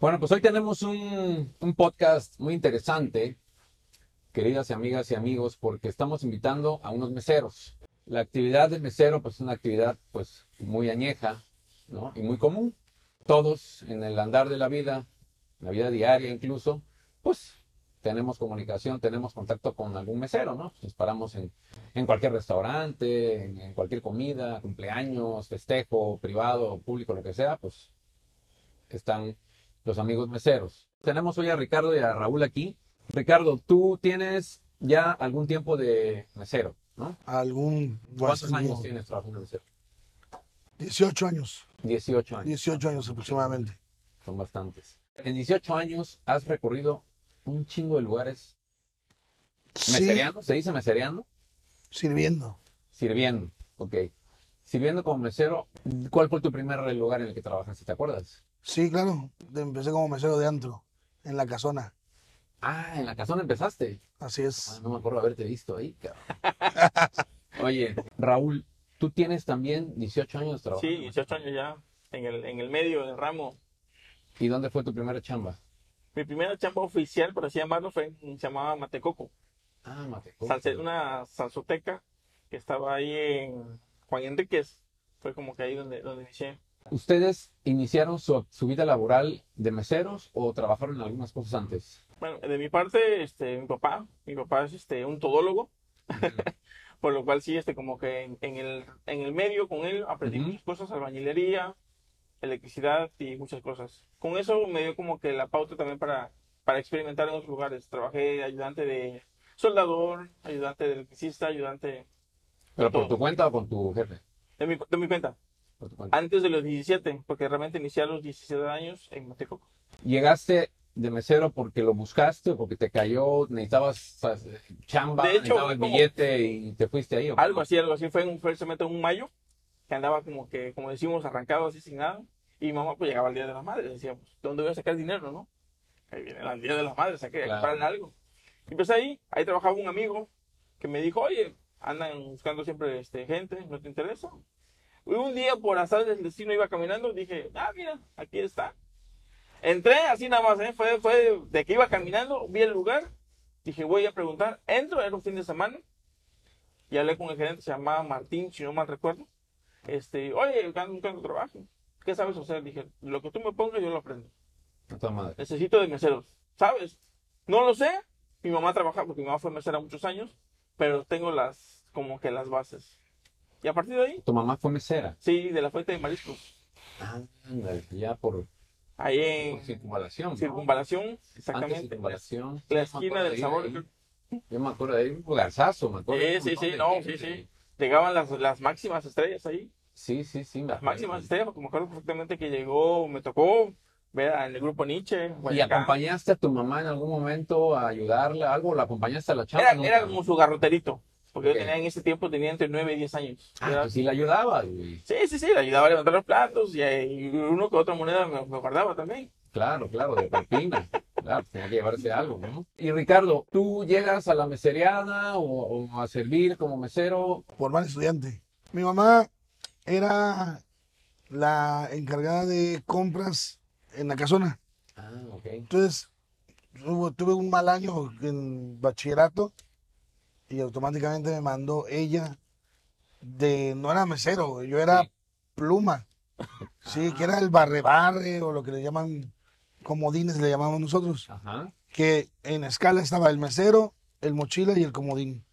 Bueno, pues hoy tenemos un, un podcast muy interesante, queridas amigas y amigos, porque estamos invitando a unos meseros. La actividad del mesero, pues es una actividad pues muy añeja, ¿no? Y muy común. Todos en el andar de la vida, en la vida diaria incluso, pues tenemos comunicación, tenemos contacto con algún mesero, ¿no? Nos paramos en, en cualquier restaurante, en, en cualquier comida, cumpleaños, festejo, privado, público, lo que sea, pues están los amigos meseros. Tenemos hoy a Ricardo y a Raúl aquí. Ricardo, tú tienes ya algún tiempo de mesero, ¿no? Algún ¿Cuántos guasango. años tienes trabajando de mesero? 18 años. 18 años. 18 años aproximadamente. Son bastantes. En 18 años has recorrido un chingo de lugares. Sí, ¿Mesereando? ¿Se dice mesereando? sirviendo. Sirviendo, ok. Sirviendo como mesero, ¿cuál fue tu primer lugar en el que trabajaste? ¿Te acuerdas? Sí, claro. Empecé como mesero de antro, en la casona. Ah, en la casona empezaste. Así Ah, es. no me acuerdo haberte visto ahí, cabrón. Oye, Raúl, tú tienes también 18 años trabajando. Sí, 18 años ya, en el, en el medio, en el ramo. ¿Y dónde fue tu primera chamba? Mi primera chamba oficial, por así llamarlo, fue, en- se llamaba Matecoco, Ah, mate. salse- una salsoteca que estaba ahí en Juan Enríquez. Fue como que ahí donde, donde inicié. ¿Ustedes iniciaron su, su vida laboral de meseros o trabajaron en algunas cosas antes? Bueno, de mi parte, este, mi papá, mi papá es este, un todólogo, por lo cual sí, este, como que en, en el, en el medio con él aprendí Ujú. muchas cosas, albañilería, electricidad y muchas cosas. Con eso me dio como que la pauta también para, para experimentar en otros lugares. Trabajé de ayudante de soldador, ayudante de electricista, ayudante ¿Pero por Todo. tu cuenta o con tu jefe? de mi, de mi cuenta, Por tu cuenta. antes de los 17, porque realmente inicié a los 17 años en Matecoco. ¿Llegaste de mesero porque lo buscaste o porque te cayó, necesitabas o sea, chamba, De hecho, necesitabas como- billete y te fuiste ahí? ¿o cómo? Algo así, algo así. Fue en, fue solamente un mayo, que andaba como que, como decimos, arrancado así sin nada. Y mamá pues llegaba el Día de las Madres, decíamos, "Pues, ¿dónde voy a sacar dinero, no? Ahí viene el Día de las Madres, hay que Claro. comprarle algo. Y pues ahí, ahí trabajaba un amigo que me dijo, oye, andan buscando siempre este, gente, ¿no te interesa? Y un día, por azar del destino, iba caminando, dije, ah, mira, aquí está. Entré así nada más, ¿eh? fue, fue de que iba caminando, vi el lugar, dije, voy a preguntar, entro, era un fin de semana, y hablé con el gerente, se llamaba Martín, si no mal recuerdo. Este, oye, gano un de trabajo. ¿Qué sabes hacer? Dije, lo que tú me pongas, yo lo aprendo. A toda madre. Necesito de meseros, ¿sabes? No lo sé. Mi mamá trabaja, porque mi mamá fue mesera muchos años, pero tengo las, como que las bases. Y a partir de ahí, ¿Tu mamá fue mesera? sí, de la fuente de mariscos. Ándale, ya por, Ahí por en Pues, circunvalación. ¿no? Circunvalación, Antes exactamente. circunvalación. La Yo me esquina acuerdo del de ir sabor, ahí. creo. Yo me acuerdo de ahí, un lugarzazo, me acuerdo. Sí, de un sí, montón sí, de no, gente. sí, sí. Llegaban las, las máximas estrellas ahí. Sí, sí, sí, me Las acuerdo. máximas estrellas, porque me acuerdo perfectamente que llegó, me tocó ver en el grupo Nietzsche. ¿Y Guayacán. acompañaste a tu mamá en algún momento a ayudarla, algo? ¿La acompañaste a la chamba? Era, nunca? era como su garroterito, porque Ok. yo tenía en ese tiempo tenía entre 9 y 10 años. Ah, Era- pues sí, la ayudaba, güey. sí, sí, sí, le ayudaba a levantar los platos y, eh, y uno que otra moneda me, me guardaba también. Claro, claro, de propina. Claro, tenía que llevarse algo, ¿no? Y Ricardo, ¿tú llegas a la mesereada o, o a servir como mesero? Por mal estudiante. Mi mamá era la encargada de compras en la casona. Ah, ok. Entonces, hubo- tuve un mal año en bachillerato y automáticamente me mandó ella de, no era mesero, yo era Sí. pluma. Sí, que era el barre barre o lo que le llaman comodines, le llamamos nosotros. Ajá. Que en escala estaba el mesero, el mochila y el comodín.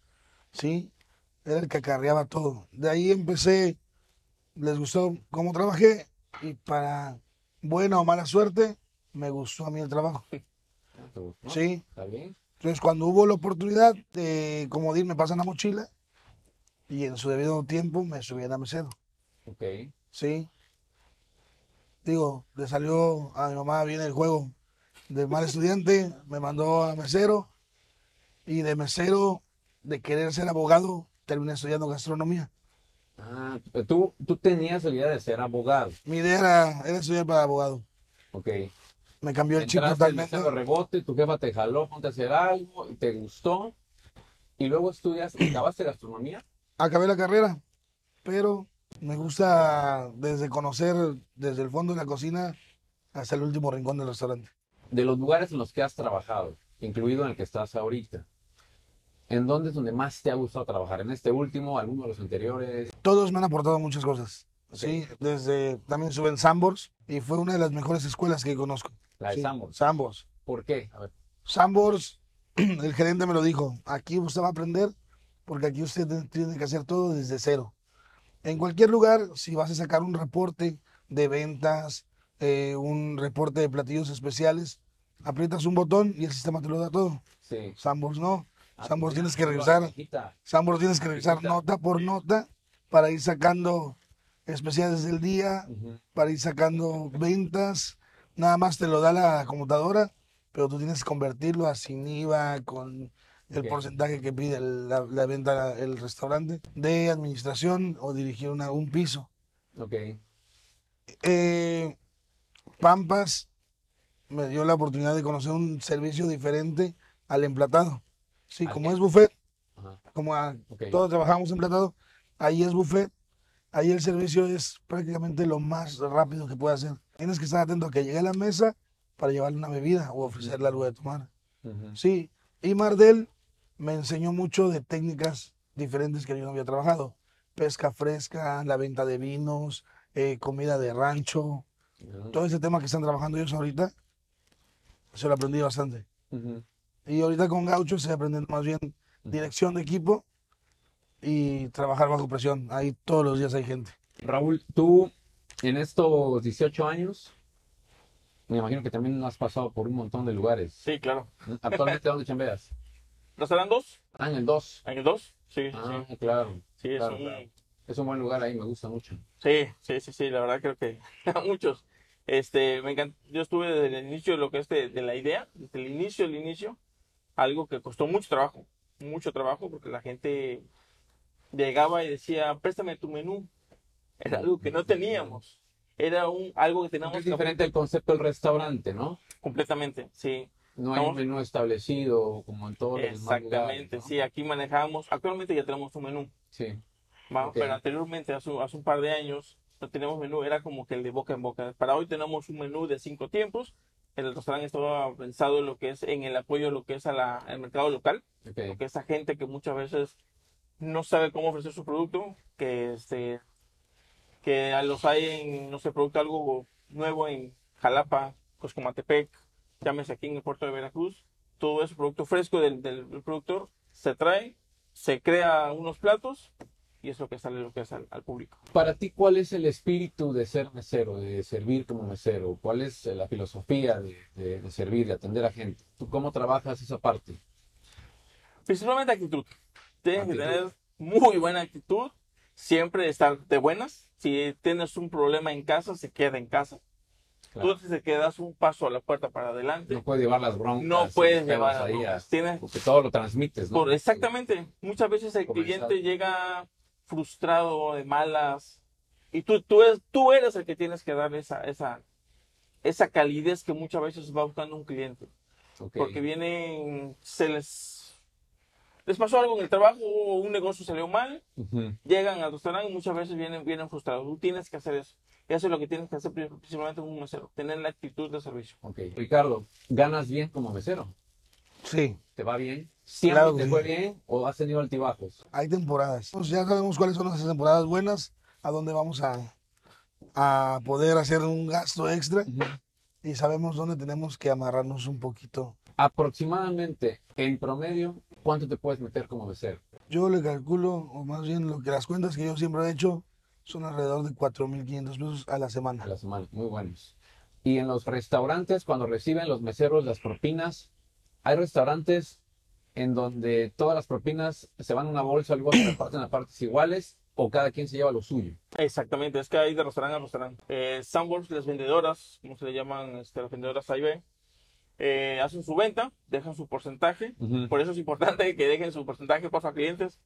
Sí, era el que acarreaba todo. De ahí empecé, les gustó cómo trabajé y para buena o mala suerte, me gustó a mí el trabajo. Ah, ¿te gustó? Sí. ¿Está bien? Entonces, cuando hubo la oportunidad de comodín, me pasan la mochila y en su debido tiempo me subí a la mesero. Ok. Sí. Digo, le salió a mi mamá bien el juego de mal estudiante, me mandó a mesero y de mesero, de querer ser abogado, terminé estudiando gastronomía. Ah, tú, tú tenías la idea de ser abogado. Mi idea era, era estudiar para abogado. Ok. Me cambió el chip Entraste al totalmente. mesero rebote, tu jefa te jaló, ponte a hacer algo, y te gustó. Y luego estudias, acabaste gastronomía. Acabé la carrera, pero me gusta desde conocer desde el fondo de la cocina hasta el último rincón del restaurante. de los lugares en los que has trabajado, incluido en el que estás ahorita, ¿en dónde es donde más te ha gustado trabajar? ¿En este último, alguno de los anteriores? Todos me han aportado muchas cosas. Sí, desde también sube en Sambors y fue una de las mejores escuelas que conozco. La de Sí, Sambors. Sambors. ¿Por qué? A ver, Sambors, el gerente me lo dijo, aquí usted va a aprender porque aquí usted te- tiene que hacer todo desde cero. En cualquier lugar, si vas a sacar un reporte de ventas, eh, un reporte de platillos especiales, aprietas un botón y el sistema te lo da todo. sí. Sambors no. Ah, Sambors mira, tienes que la revisar, cajita. Sambors tienes que revisar Ahorita. nota por nota para ir sacando especiales del día, Ujú. para ir sacando ventas. Nada más te lo da la computadora, pero tú tienes que convertirlo a sin IVA, con el Ok. porcentaje que pide el- la, la venta, el restaurante, de administración o dirigir una- un piso. Ok. Eh, Pampas me dio la oportunidad de conocer un servicio diferente al emplatado. Sí, ¿Al como qué? es buffet, Ajá. como a- Ok. todos trabajamos emplatado, ahí es buffet, ahí el servicio es prácticamente lo más rápido que puede hacer. Tienes que estar atento a que llegue a la mesa para llevarle una bebida o ofrecerle algo de tomar. Ujú. Sí, y Mardel me enseñó mucho de técnicas diferentes que yo no había trabajado. Pesca fresca, la venta de vinos, eh, comida de rancho, todo ese tema que están trabajando ellos ahorita, se lo aprendí bastante. Ujú. Y ahorita con Gaucho se aprende más bien dirección de equipo y trabajar bajo presión. Ahí todos los días hay gente. Raúl, tú en estos 18 años, me imagino que también has pasado por un montón de lugares. Sí, claro. ¿Actualmente dónde chambeas? ¿Restaurante 2? Ah, en el 2. ¿En el 2? Sí, sí, Ah, sí. claro. Sí, es claro, un- claro. Es un buen lugar ahí, me gusta mucho. Sí, sí, sí, sí, la verdad creo que a muchos. Este, me encanta. Yo estuve desde el inicio de lo que es de, de la idea, desde el inicio, el inicio, algo que costó mucho trabajo, mucho trabajo, porque la gente llegaba y decía, préstame tu menú. Era algo que no teníamos. Era un, algo que teníamos Es diferente el concepto del restaurante, ¿no? que- completamente, sí. No hay un Estamos- menú establecido como en todos los demás lugares, Exactamente, ¿no? sí, aquí manejábamos, actualmente ya tenemos un menú. Sí. Ma- Ok. Pero anteriormente, hace, un- hace un par de años, no teníamos menú, era como que el de boca en boca. Para hoy tenemos un menú de cinco tiempos. El restaurante estaba pensado en lo que es en el apoyo a lo que es a la- al mercado local, Ok. porque esa gente que muchas veces no sabe cómo ofrecer su producto, que este que a los hay en, no sé, producto algo nuevo en Jalapa, Coscomatepec, llámese aquí en el puerto de Veracruz, todo es producto fresco del, del- del productor, se trae, se crea unos platos y es lo que sale lo que es al, al público. Para ti, ¿cuál es el espíritu de ser mesero, de servir como mesero? ¿Cuál es eh, la filosofía de, de- de servir, de atender a gente? ¿Tú cómo trabajas esa parte? Principalmente actitud. Tienes que Actitud. tener muy buena actitud, siempre estar de buenas. Si tienes un problema en casa, se queda en casa. Claro. Tú te quedas un paso a la puerta para adelante. No puedes llevar las broncas. No los puedes pedos llevar ahí a- a- Tienes Porque todo lo transmites, ¿no? Por- exactamente. Muchas veces el Comenzar. cliente llega frustrado, de malas, y tú, tú, eres, tú eres el que tienes que dar esa, esa, esa calidez que muchas veces va buscando un cliente. Ok. Porque vienen, se les, les pasó algo en el trabajo, un negocio salió mal, Ujú. llegan al restaurante y muchas veces vienen, vienen frustrados. Tú tienes que hacer eso. Y eso es lo que tienes que hacer pri- principalmente como un mesero, tener la actitud de servicio. Ok. Ricardo, ¿ganas bien como mesero? Sí, ¿Te va bien? ¿Siempre Claro que te sí. fue bien o has tenido altibajos? hay temporadas. Pues ya sabemos cuáles son las temporadas buenas, a dónde vamos a, a poder hacer un gasto extra y sabemos dónde tenemos que amarrarnos un poquito. Aproximadamente, en promedio, ¿cuánto te puedes meter como mesero? Yo le calculo, o más bien lo que las cuentas que yo siempre he hecho, son alrededor de 4.500 pesos a la semana. A la semana, muy buenos. Y en los restaurantes, cuando reciben los meseros las propinas, hay restaurantes en donde todas las propinas se van a una bolsa, luego se reparten a partes iguales o cada quien se lleva lo suyo. Exactamente, es que hay de restaurante a restaurante. Eh, Sanborns, las vendedoras, como se le llaman este, las vendedoras ahí ve, eh, hacen su venta, dejan su porcentaje. Por eso es importante que dejen su porcentaje para sus clientes,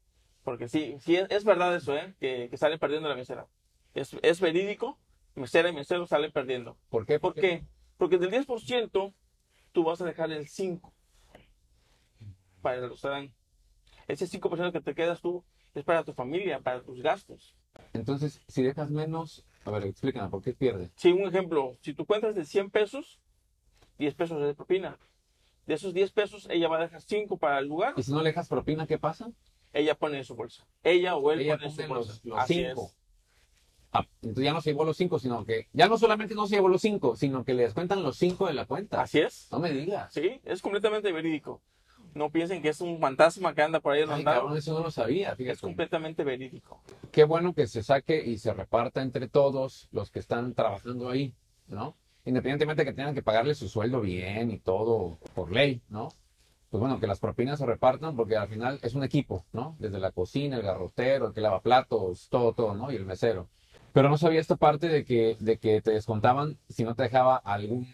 porque sí, sí es, es verdad eso, ¿eh? que, que sale perdiendo la mesera. Es, es verídico, mesera y mesero salen perdiendo. ¿Por qué? ¿Por qué? Porque del 10% tú vas a dejar el 5% para el restaurante. Ese 5% que te quedas tú es para tu familia, para tus gastos. Entonces, si dejas menos, A ver, explícame, ¿por qué pierde? Si un ejemplo, si tú cuentas de 100 pesos, 10 pesos es de propina. De esos 10 pesos, ella va a dejar 5 para el lugar, ¿Y si no le dejas propina, qué pasa? ella pone en su bolsa. Ella o él Ella pone en su pone bolsa. los, los Así cinco. es. Ah, entonces ya no se llevó los cinco, sino que ya no solamente no se llevó los cinco, sino que le descuentan los cinco de la cuenta. Así es. No me digas. Sí, es completamente verídico. No piensen que es un fantasma que anda por ahí Ay, rondando. cabrón, eso no lo sabía. fíjate. Es completamente verídico. Qué bueno que se saque y se reparta entre todos los que están trabajando ahí, ¿no? Independientemente de que tengan que pagarle su sueldo bien y todo por ley, ¿no? Pues bueno, que las propinas se repartan porque al final es un equipo, ¿no? Desde la cocina, el garrotero, el que lava platos, todo, todo, ¿no? Y el mesero. Pero no sabía esta parte de que, de que te descontaban si no te dejaba algún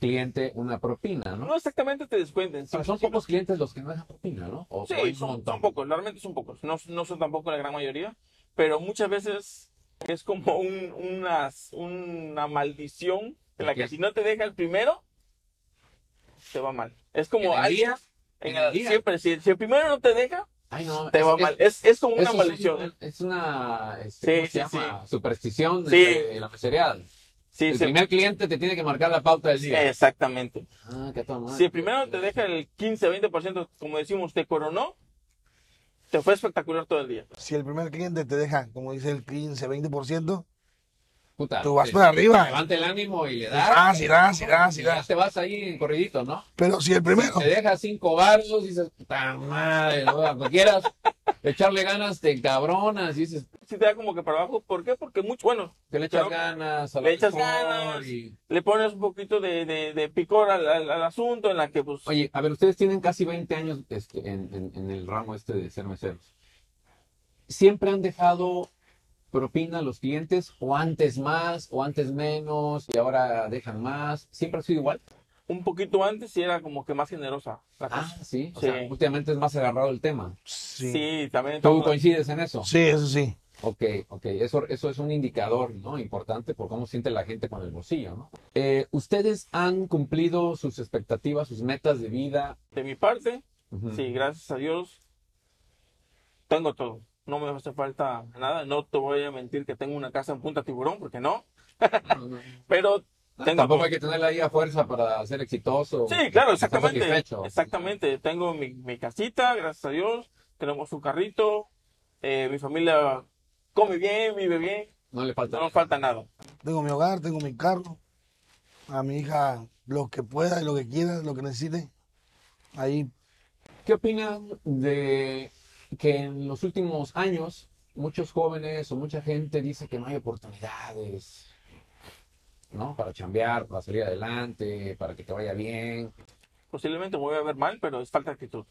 cliente una propina, ¿no? No exactamente te descuenten. Pero sí, son sí, pocos clientes los que no dejan propina, ¿no? O, o hay Sí, un son, montón. son pocos, realmente son pocos. No, no son tampoco la gran mayoría, pero muchas veces es como un- unas- una maldición en la que Ok. si no te deja el primero, te va mal. Es como En el alguien- día, en en el el- día. siempre, si, si el primero no te deja, Ay, no, te es- va es- mal. Es, es como Eso una es maldición. un- Es una este, Sí, ¿cómo se sí, llama? superstición de, Sí. de la mesereada. Sí, el sí, primer cliente te tiene que marcar la pauta del día. Exactamente. Ah, qué toda madre. Si el primero te deja el 15-20%, como decimos, te coronó, te fue espectacular todo el día. Si el primer cliente te deja, como dice el 15, 20%, Puta, tú vas te- para arriba. Levanta el ánimo y le das. Ah, sí, das, sí, das, sí, ah. y ya das. te vas ahí en corridito, ¿no? Pero si el primero, Te deja cinco barros y dices, puta madre, ¿no? cuando quieras echarle ganas, te cabronas y dices, Si te da como que para abajo, ¿por qué? Porque mucho, bueno, que le echas Pero- ganas, al le echas alcohol ganas. y- le pones un poquito de, de, de picor al, al- al asunto en la que pues Oye, a ver, ustedes tienen casi 20 años este, en, en- en el ramo este de ser meseros. ¿Siempre han dejado propina a los clientes? ¿O antes más, o antes menos, y ahora dejan más? ¿Siempre ha sido igual? un poquito antes sí era como que más generosa la Ah, cosa. sí. O Sí. sea, últimamente es más agarrado el tema. sí. sí. también ¿Tú estamos- coincides en eso? Sí, eso sí. Ok, ok. Eso, eso es un indicador, ¿no? Importante por cómo siente la gente con el bolsillo, ¿no? Eh, ¿Ustedes han cumplido sus expectativas, sus metas de vida? de mi parte, Ujú. sí, gracias a Dios tengo todo. No me hace falta nada, no te voy a mentir que tengo una casa en Punta Tiburón porque no, No, no, no. pero tengo Ah, Tampoco todo. hay que tenerla ahí a fuerza para ser exitoso. Sí, claro, estar exactamente. satisfecho. Exactamente. Tengo mi, mi casita, gracias a Dios. Tenemos un carrito. eh, mi familia come bien, vive bien. No le falta. No nos falta nada. Tengo mi hogar, tengo mi carro. A mi hija, lo que pueda, y lo que quiera, lo que necesite. Ahí, ¿Qué opinan de que en los últimos años muchos jóvenes o mucha gente dice que no hay oportunidades, ¿no? Para chambear, para salir adelante, para que te vaya bien. posiblemente me voy a ver mal, pero es falta de actitud.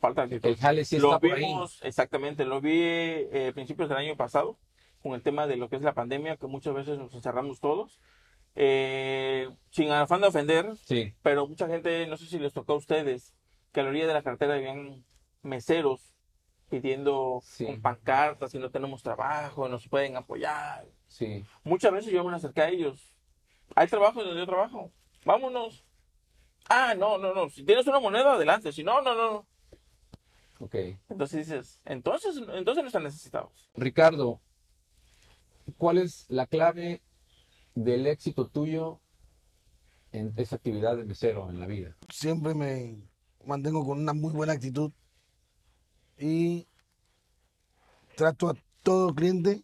Falta El de actitud. jale sí lo está por ahí. vimos, exactamente, lo vi eh, a principios del año pasado, con el tema de lo que es la pandemia, que muchas veces nos encerramos todos. Eh, sin afán de ofender, Sí. pero mucha gente, no sé si les tocó a ustedes, que a la orilla de la cartera habían meseros pidiendo Sí. con pancartas, si no tenemos trabajo, nos pueden apoyar. Sí, Muchas veces yo me acerqué a ellos. Hay trabajo donde yo trabajo. Vámonos. Ah, no, no, no. Si tienes una moneda, adelante. Si no, no, no. no. ok. Entonces dices, entonces, entonces no están necesitados. Ricardo, ¿cuál es la clave del éxito tuyo en esa actividad de mesero en la vida? siempre me mantengo con una muy buena actitud. Y trato a todo cliente,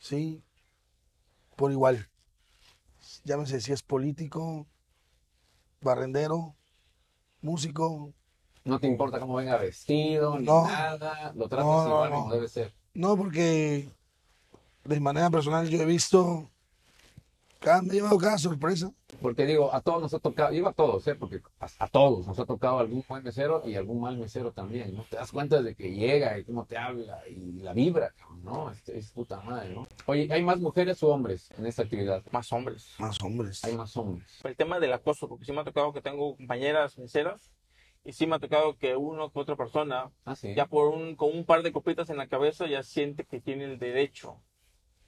sí, por igual. Llámese si es político, barrendero, músico, No te importa cómo venga vestido, ni No. nada, lo tratas No, no, igual no. como debe ser. No, porque de manera personal yo he visto, cada, me he llevado cada sorpresa. Porque digo, a todos nos ha tocado, digo a todos, ¿eh? porque a, a todos nos ha tocado algún buen mesero y algún mal mesero también, ¿no? Te das cuenta de que llega y cómo te habla y la vibra, cabrón, ¿no? Este, es puta madre, ¿no? Oye, ¿hay más mujeres o hombres en esta actividad? Más hombres. Más hombres. Hay más hombres. El tema del acoso, porque sí me ha tocado que tengo compañeras sinceras y sí me ha tocado que uno que otra persona, Ah, sí. ya por un, con un par de copitas en la cabeza, ya siente que tiene el derecho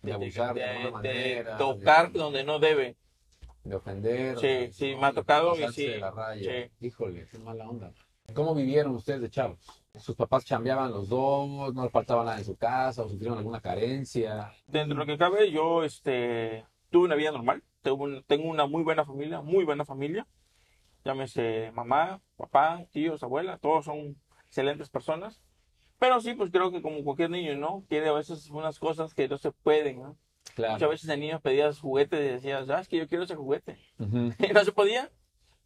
de abusar de, de- alguna de manera. tocar de- donde no debe. de ofender. Sí, de- sí, ¿no? me ha tocado y Pasarse sí, de la raya. sí. Híjole, qué mala onda. ¿Cómo vivieron ustedes de chavos? Sus papás chambeaban los dos, no les faltaba nada en su casa o sufrieron alguna carencia. Dentro de lo que cabe, yo este, tuve una vida normal. Tengo, un- tengo una muy buena familia, muy buena familia. Llámese mamá, papá, tíos, abuela, todos son excelentes personas. Pero sí, pues creo que como cualquier niño, ¿no? Quiere a veces unas cosas que no se pueden, ¿no? Muchas Claro. veces de niños pedías juguetes y decías, ah, es que yo quiero ese juguete. Ujú. Y no se podía.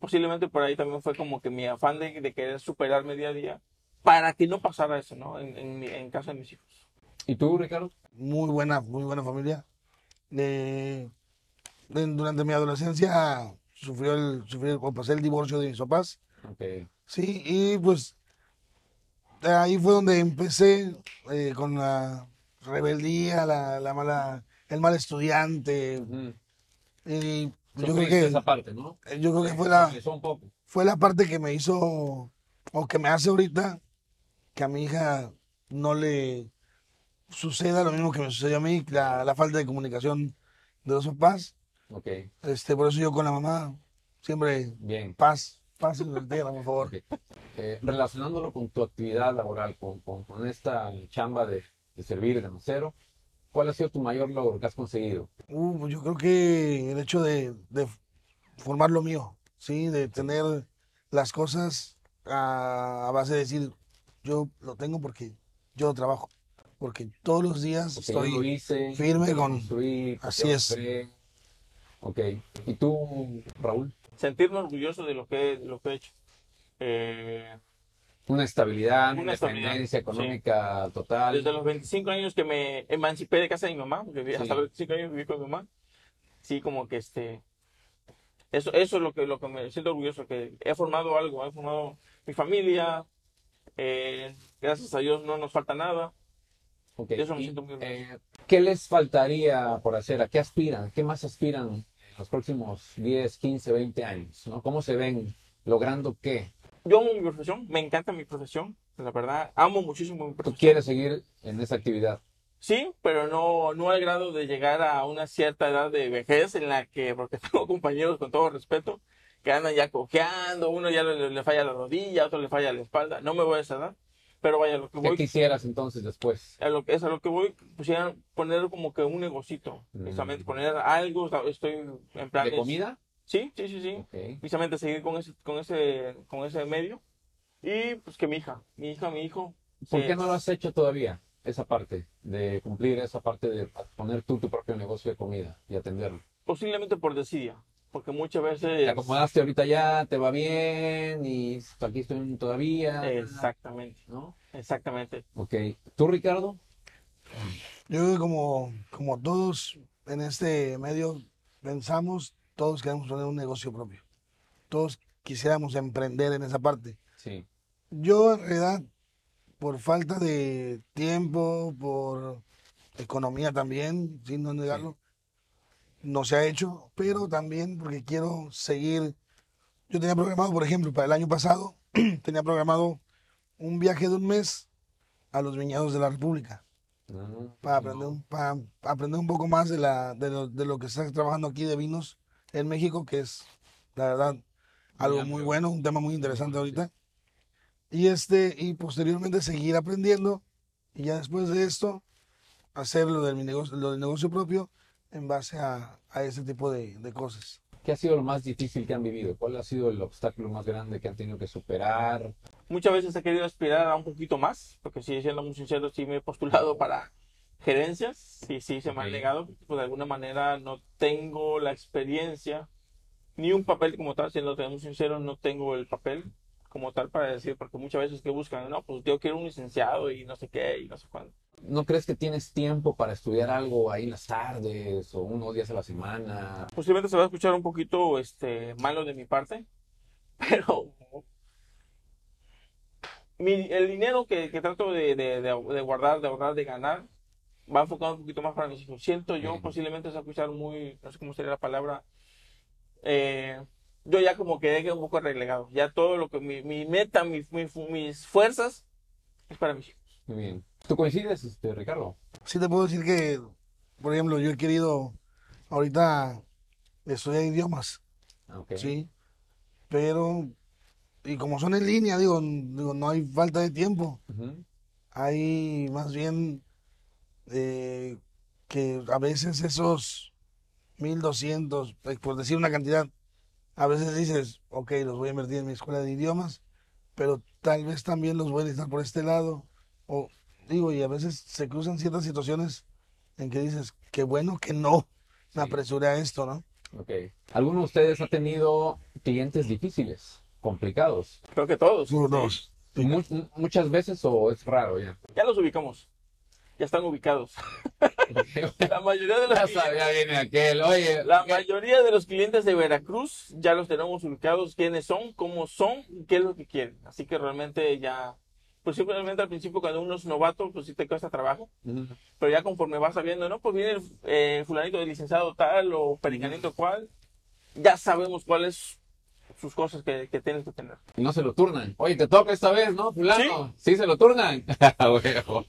Posiblemente por ahí también fue como que mi afán de, de querer superarme día a día para que no pasara eso, ¿no? En, en, mi- en casa de mis hijos. ¿Y tú, Ricardo? muy buena, muy buena familia. Eh, en- durante mi adolescencia sufrió el, sufrí el- o pasé el divorcio de mis papás, Ok. sí, y pues ahí fue donde empecé eh, con la rebeldía, la, la mala, el mal estudiante, Ujú. y yo creo Sufriste que, esa parte, ¿no? yo creo que fue la, Empezó un poco. fue la parte que me hizo, o que me hace ahorita, que a mi hija no le suceda lo mismo que me sucedió a mí, la, la falta de comunicación de los papás. Ok, Este, por eso yo con la mamá, siempre bien. paz, paz en la tierra, por favor. Ok. Eh, relacionándolo con tu actividad laboral, con, con- con esta chamba de, de servir de mesero, ¿cuál ha sido tu mayor logro que has conseguido? Uh, pues yo creo que el hecho de, de formar lo mío, ¿sí? De tener las cosas a, a base de decir, yo lo tengo porque yo lo trabajo. Porque todos los días Porque estoy... yo lo hice, firme yo lo con- construí, porque así yo es. logré. Ok, ¿y tú, Raúl? Sentirme orgulloso de lo que, de lo que he hecho. Eh, Una estabilidad, una Una estabilidad, independencia económica total. desde los 25 años que me emancipé de casa de mi mamá, porque viví- Sí. hasta los 25 años viví con mi mamá. Sí, como que este. Eso, eso es lo que, lo que me siento orgulloso, que he formado algo, he formado mi familia. eh, gracias a Dios no nos falta nada. Ok, de eso me y, siento muy orgulloso. eh, ¿Qué les faltaría por hacer? ¿A qué aspiran? ¿Qué más aspiran en los próximos 10, 15, 20 años? ¿no? ¿Cómo se ven logrando qué? Yo amo mi profesión, me encanta mi profesión, la verdad, amo muchísimo mi ¿Tú profesión. quieres seguir en esa actividad? Sí, pero no, no al grado de llegar a una cierta edad de vejez en la que, porque tengo compañeros con todo respeto, que andan ya cojeando, uno ya le, le falla la rodilla, otro le falla la espalda, no me voy a esa edad, pero vaya, lo que ¿Qué voy, quisieras entonces después? a lo, es a lo que voy, pusieran poner como que un negocito, Mm. precisamente poner algo, estoy en plan ¿De comida? Sí, sí, sí, sí, Ok. precisamente seguir con ese, con ese, con ese medio, y pues que mi hija, mi hija, mi hijo, ¿Por se- qué no lo has hecho todavía? Esa parte, de cumplir esa parte de poner tú tu propio negocio de comida y atenderlo. posiblemente por desidia, porque muchas Te veces... acomodaste ahorita ya, te va bien y aquí estoy todavía. Exactamente, ¿No? exactamente. Ok. ¿Tú, Ricardo? Yo creo que como, como todos en este medio pensamos, todos queremos poner un negocio propio. Todos quisiéramos emprender en esa parte. Sí. Yo en realidad, por falta de tiempo, por economía también, sin no negarlo, no se ha hecho, pero también porque quiero seguir. Yo tenía programado, por ejemplo, para el año pasado, tenía programado un viaje de un mes a los viñedos de la República No, para aprender, un- para aprender un poco más de, la, de, lo, de lo que está trabajando aquí de vinos en México, que es, la verdad, algo muy amplio. bueno, un tema muy interesante bueno, sí. ahorita. Y, este, y posteriormente seguir aprendiendo y ya después de esto, hacer lo, de mi negocio, lo del negocio propio en base a, a ese tipo de, de cosas. ¿Qué ha sido lo más difícil que han vivido? ¿Cuál ha sido el obstáculo más grande que han tenido que superar? Muchas veces he querido aspirar a un poquito más, porque sí, siendo muy sincero, sí me he postulado para gerencias, y sí se me han Ok. negado, pues de alguna manera no tengo la experiencia, ni un papel como tal, siendo muy sincero, no tengo el papel como tal para decir, porque muchas veces que buscan, no, pues yo quiero un licenciado y no sé qué, y no sé cuándo. ¿No crees que tienes tiempo para estudiar algo ahí en las tardes o unos días a la semana? Posiblemente se va a escuchar un poquito este, malo de mi parte, pero mi- el dinero que, que trato de, de- de- de guardar, de ahorrar, de ganar, va enfocado un poquito más para mis hijos. Siento yo, Ujú. posiblemente se va a escuchar muy, no sé cómo sería la palabra, eh, yo ya como que quedé un poco relegado. Ya todo lo que mi, mi meta, mi- mi fu- mis fuerzas, es para mis hijos. Muy bien. ¿Tú coincides, este, Ricardo? Sí te puedo decir que, por ejemplo, yo he querido ahorita estudiar idiomas. Ah, ok. Sí, pero y como son en línea, digo, n- digo, no hay falta de tiempo. Ujú. Hay más bien eh, que a veces esos 1200, eh, por decir una cantidad, a veces dices, ok, los voy a invertir en mi escuela de idiomas, pero tal vez también los voy a necesitar por este lado. O digo, y a veces se cruzan ciertas situaciones en que dices, qué bueno que no me Sí. apresuré a esto, ¿no? Ok. ¿Alguno de ustedes ha tenido clientes difíciles, complicados? Creo que todos. Unos. Sí. Mu- muchas veces o es raro ya. este, Ya los ubicamos. Ya están ubicados. La mayoría de los Ya clientes- sabía, viene aquel. Oye, La mayoría de los clientes de Veracruz ya los tenemos ubicados, quiénes son, cómo son y qué es lo que quieren. Así que realmente ya, pues simplemente al principio cuando uno es novato, pues sí te cuesta trabajo, Mm, pero ya conforme vas sabiendo, ¿no? Pues viene el eh, fulanito de licenciado tal o pericanito cual, ya sabemos cuáles sus cosas que, que tienes que tener. y no se lo turnan. Oye, te toca esta vez, ¿no, fulano? Sí, se lo turnan. Ah, Huevo.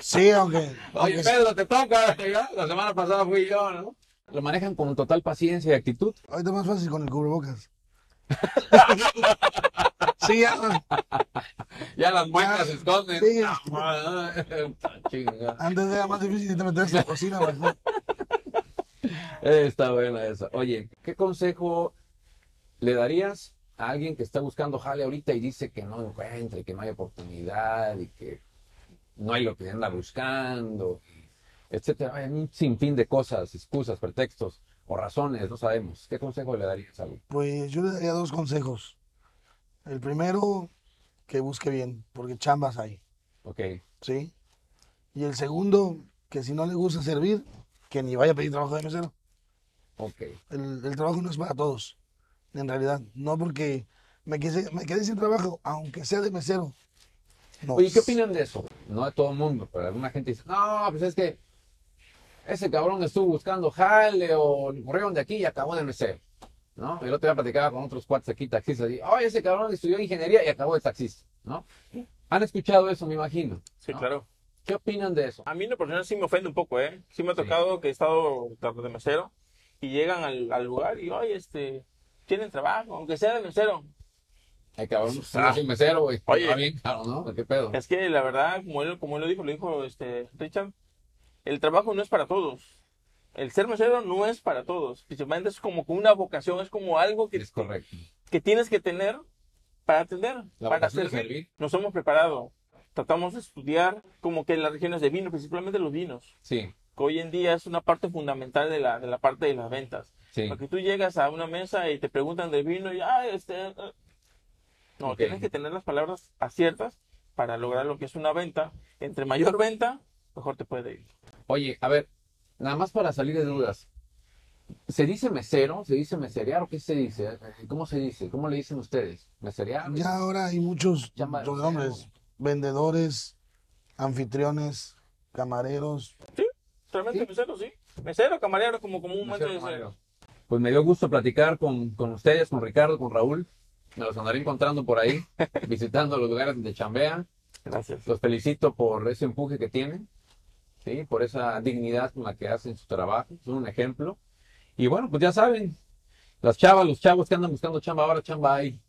Sí, aunque, Oye, aunque Pedro, te toca. ¿verdad? La semana pasada fui yo, ¿no? Lo manejan con total paciencia y actitud. ahorita es más fácil con el cubrebocas. Sí, ya, Ya las muecas se esconden. Ah, Sí. Chinga. antes era más difícil te metías en la cocina, güey. Está buena esa. Oye, ¿qué consejo le darías a alguien que está buscando jale ahorita y dice que no encuentra y que no hay oportunidad y que no hay lo que anda buscando, etcétera? Hay un sinfín de cosas, excusas, pretextos o razones, no sabemos. ¿Qué consejo le darías a alguien? Pues yo le daría dos consejos. El primero, que busque bien, porque chambas hay, Ok, ¿sí? Y el segundo, que si no le gusta servir, que ni vaya a pedir trabajo de mesero. ok. El, el trabajo no es para todos, en realidad. No porque me quedé, me quedé sin trabajo, aunque sea de mesero. No. Oye, ¿qué opinan de eso? No de todo el mundo, pero alguna gente dice, no, pues es que ese cabrón estuvo buscando jale o le corrieron de aquí y acabó en el museo. ¿No? El otro día platicaba con otros cuates aquí, taxistas, y, oye, ese cabrón estudió ingeniería y acabó de taxista, ¿no? Han escuchado eso, me imagino. Sí, ¿no? claro. ¿Qué opinan de eso? A mí en lo personal sí me ofende un poco, ¿eh? Sí me ha Sí. tocado que he estado de mesero y llegan al, al lugar y, oye, este, tienen trabajo, aunque sea de mesero. El cabrón Ah. es un mesero, güey. Oye. Está bien, claro, ¿no? ¿Qué pedo? Es que la verdad, como él, como él lo dijo, lo dijo este, Richard, el trabajo no es para todos. El ser mesero no es para todos. Principalmente es como que una vocación, es como algo que, Es correcto. que tienes que tener para atender, La para vocación de servir. Nos hemos preparado. Tratamos de estudiar como que las regiones de vino, principalmente los vinos, Sí, que hoy en día es una parte fundamental de la, de la parte de las ventas. sí. Porque tú llegas a una mesa y te preguntan del vino y, ah, este... eh". No, Ok. tienes que tener las palabras aciertas para lograr lo que es una venta. Entre mayor venta, mejor te puede ir. Oye, a ver, nada más para salir de dudas. ¿Se dice mesero? ¿Se dice meserear o qué se dice? Eh, ¿Cómo se dice? ¿Cómo le dicen ustedes? ¿Meserear? Ya ahora hay muchos Ya otros mariscos. nombres. Vendedores, anfitriones, camareros. Realmente Sí. mesero, sí. Mesero, camarero, como comúnmente Mesero, se- camarero. Pues me dio gusto platicar con, con ustedes, con Ricardo, con Raúl. Me los andaré encontrando por ahí, visitando los lugares donde chambean. Gracias. Los felicito por ese empuje que tienen, ¿sí? por esa dignidad con la que hacen su trabajo. Son un ejemplo. Y bueno, pues ya saben, las chavas, los chavos que andan buscando chamba ahora, chamba hay.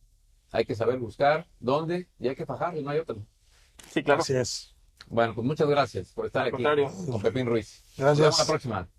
Hay que saber buscar dónde y hay que fajarle, no hay otro. Sí, claro. Así es. Bueno, pues muchas gracias por estar Al aquí contrario. con Pepín Ruiz. Nos vemos Gracias. la próxima.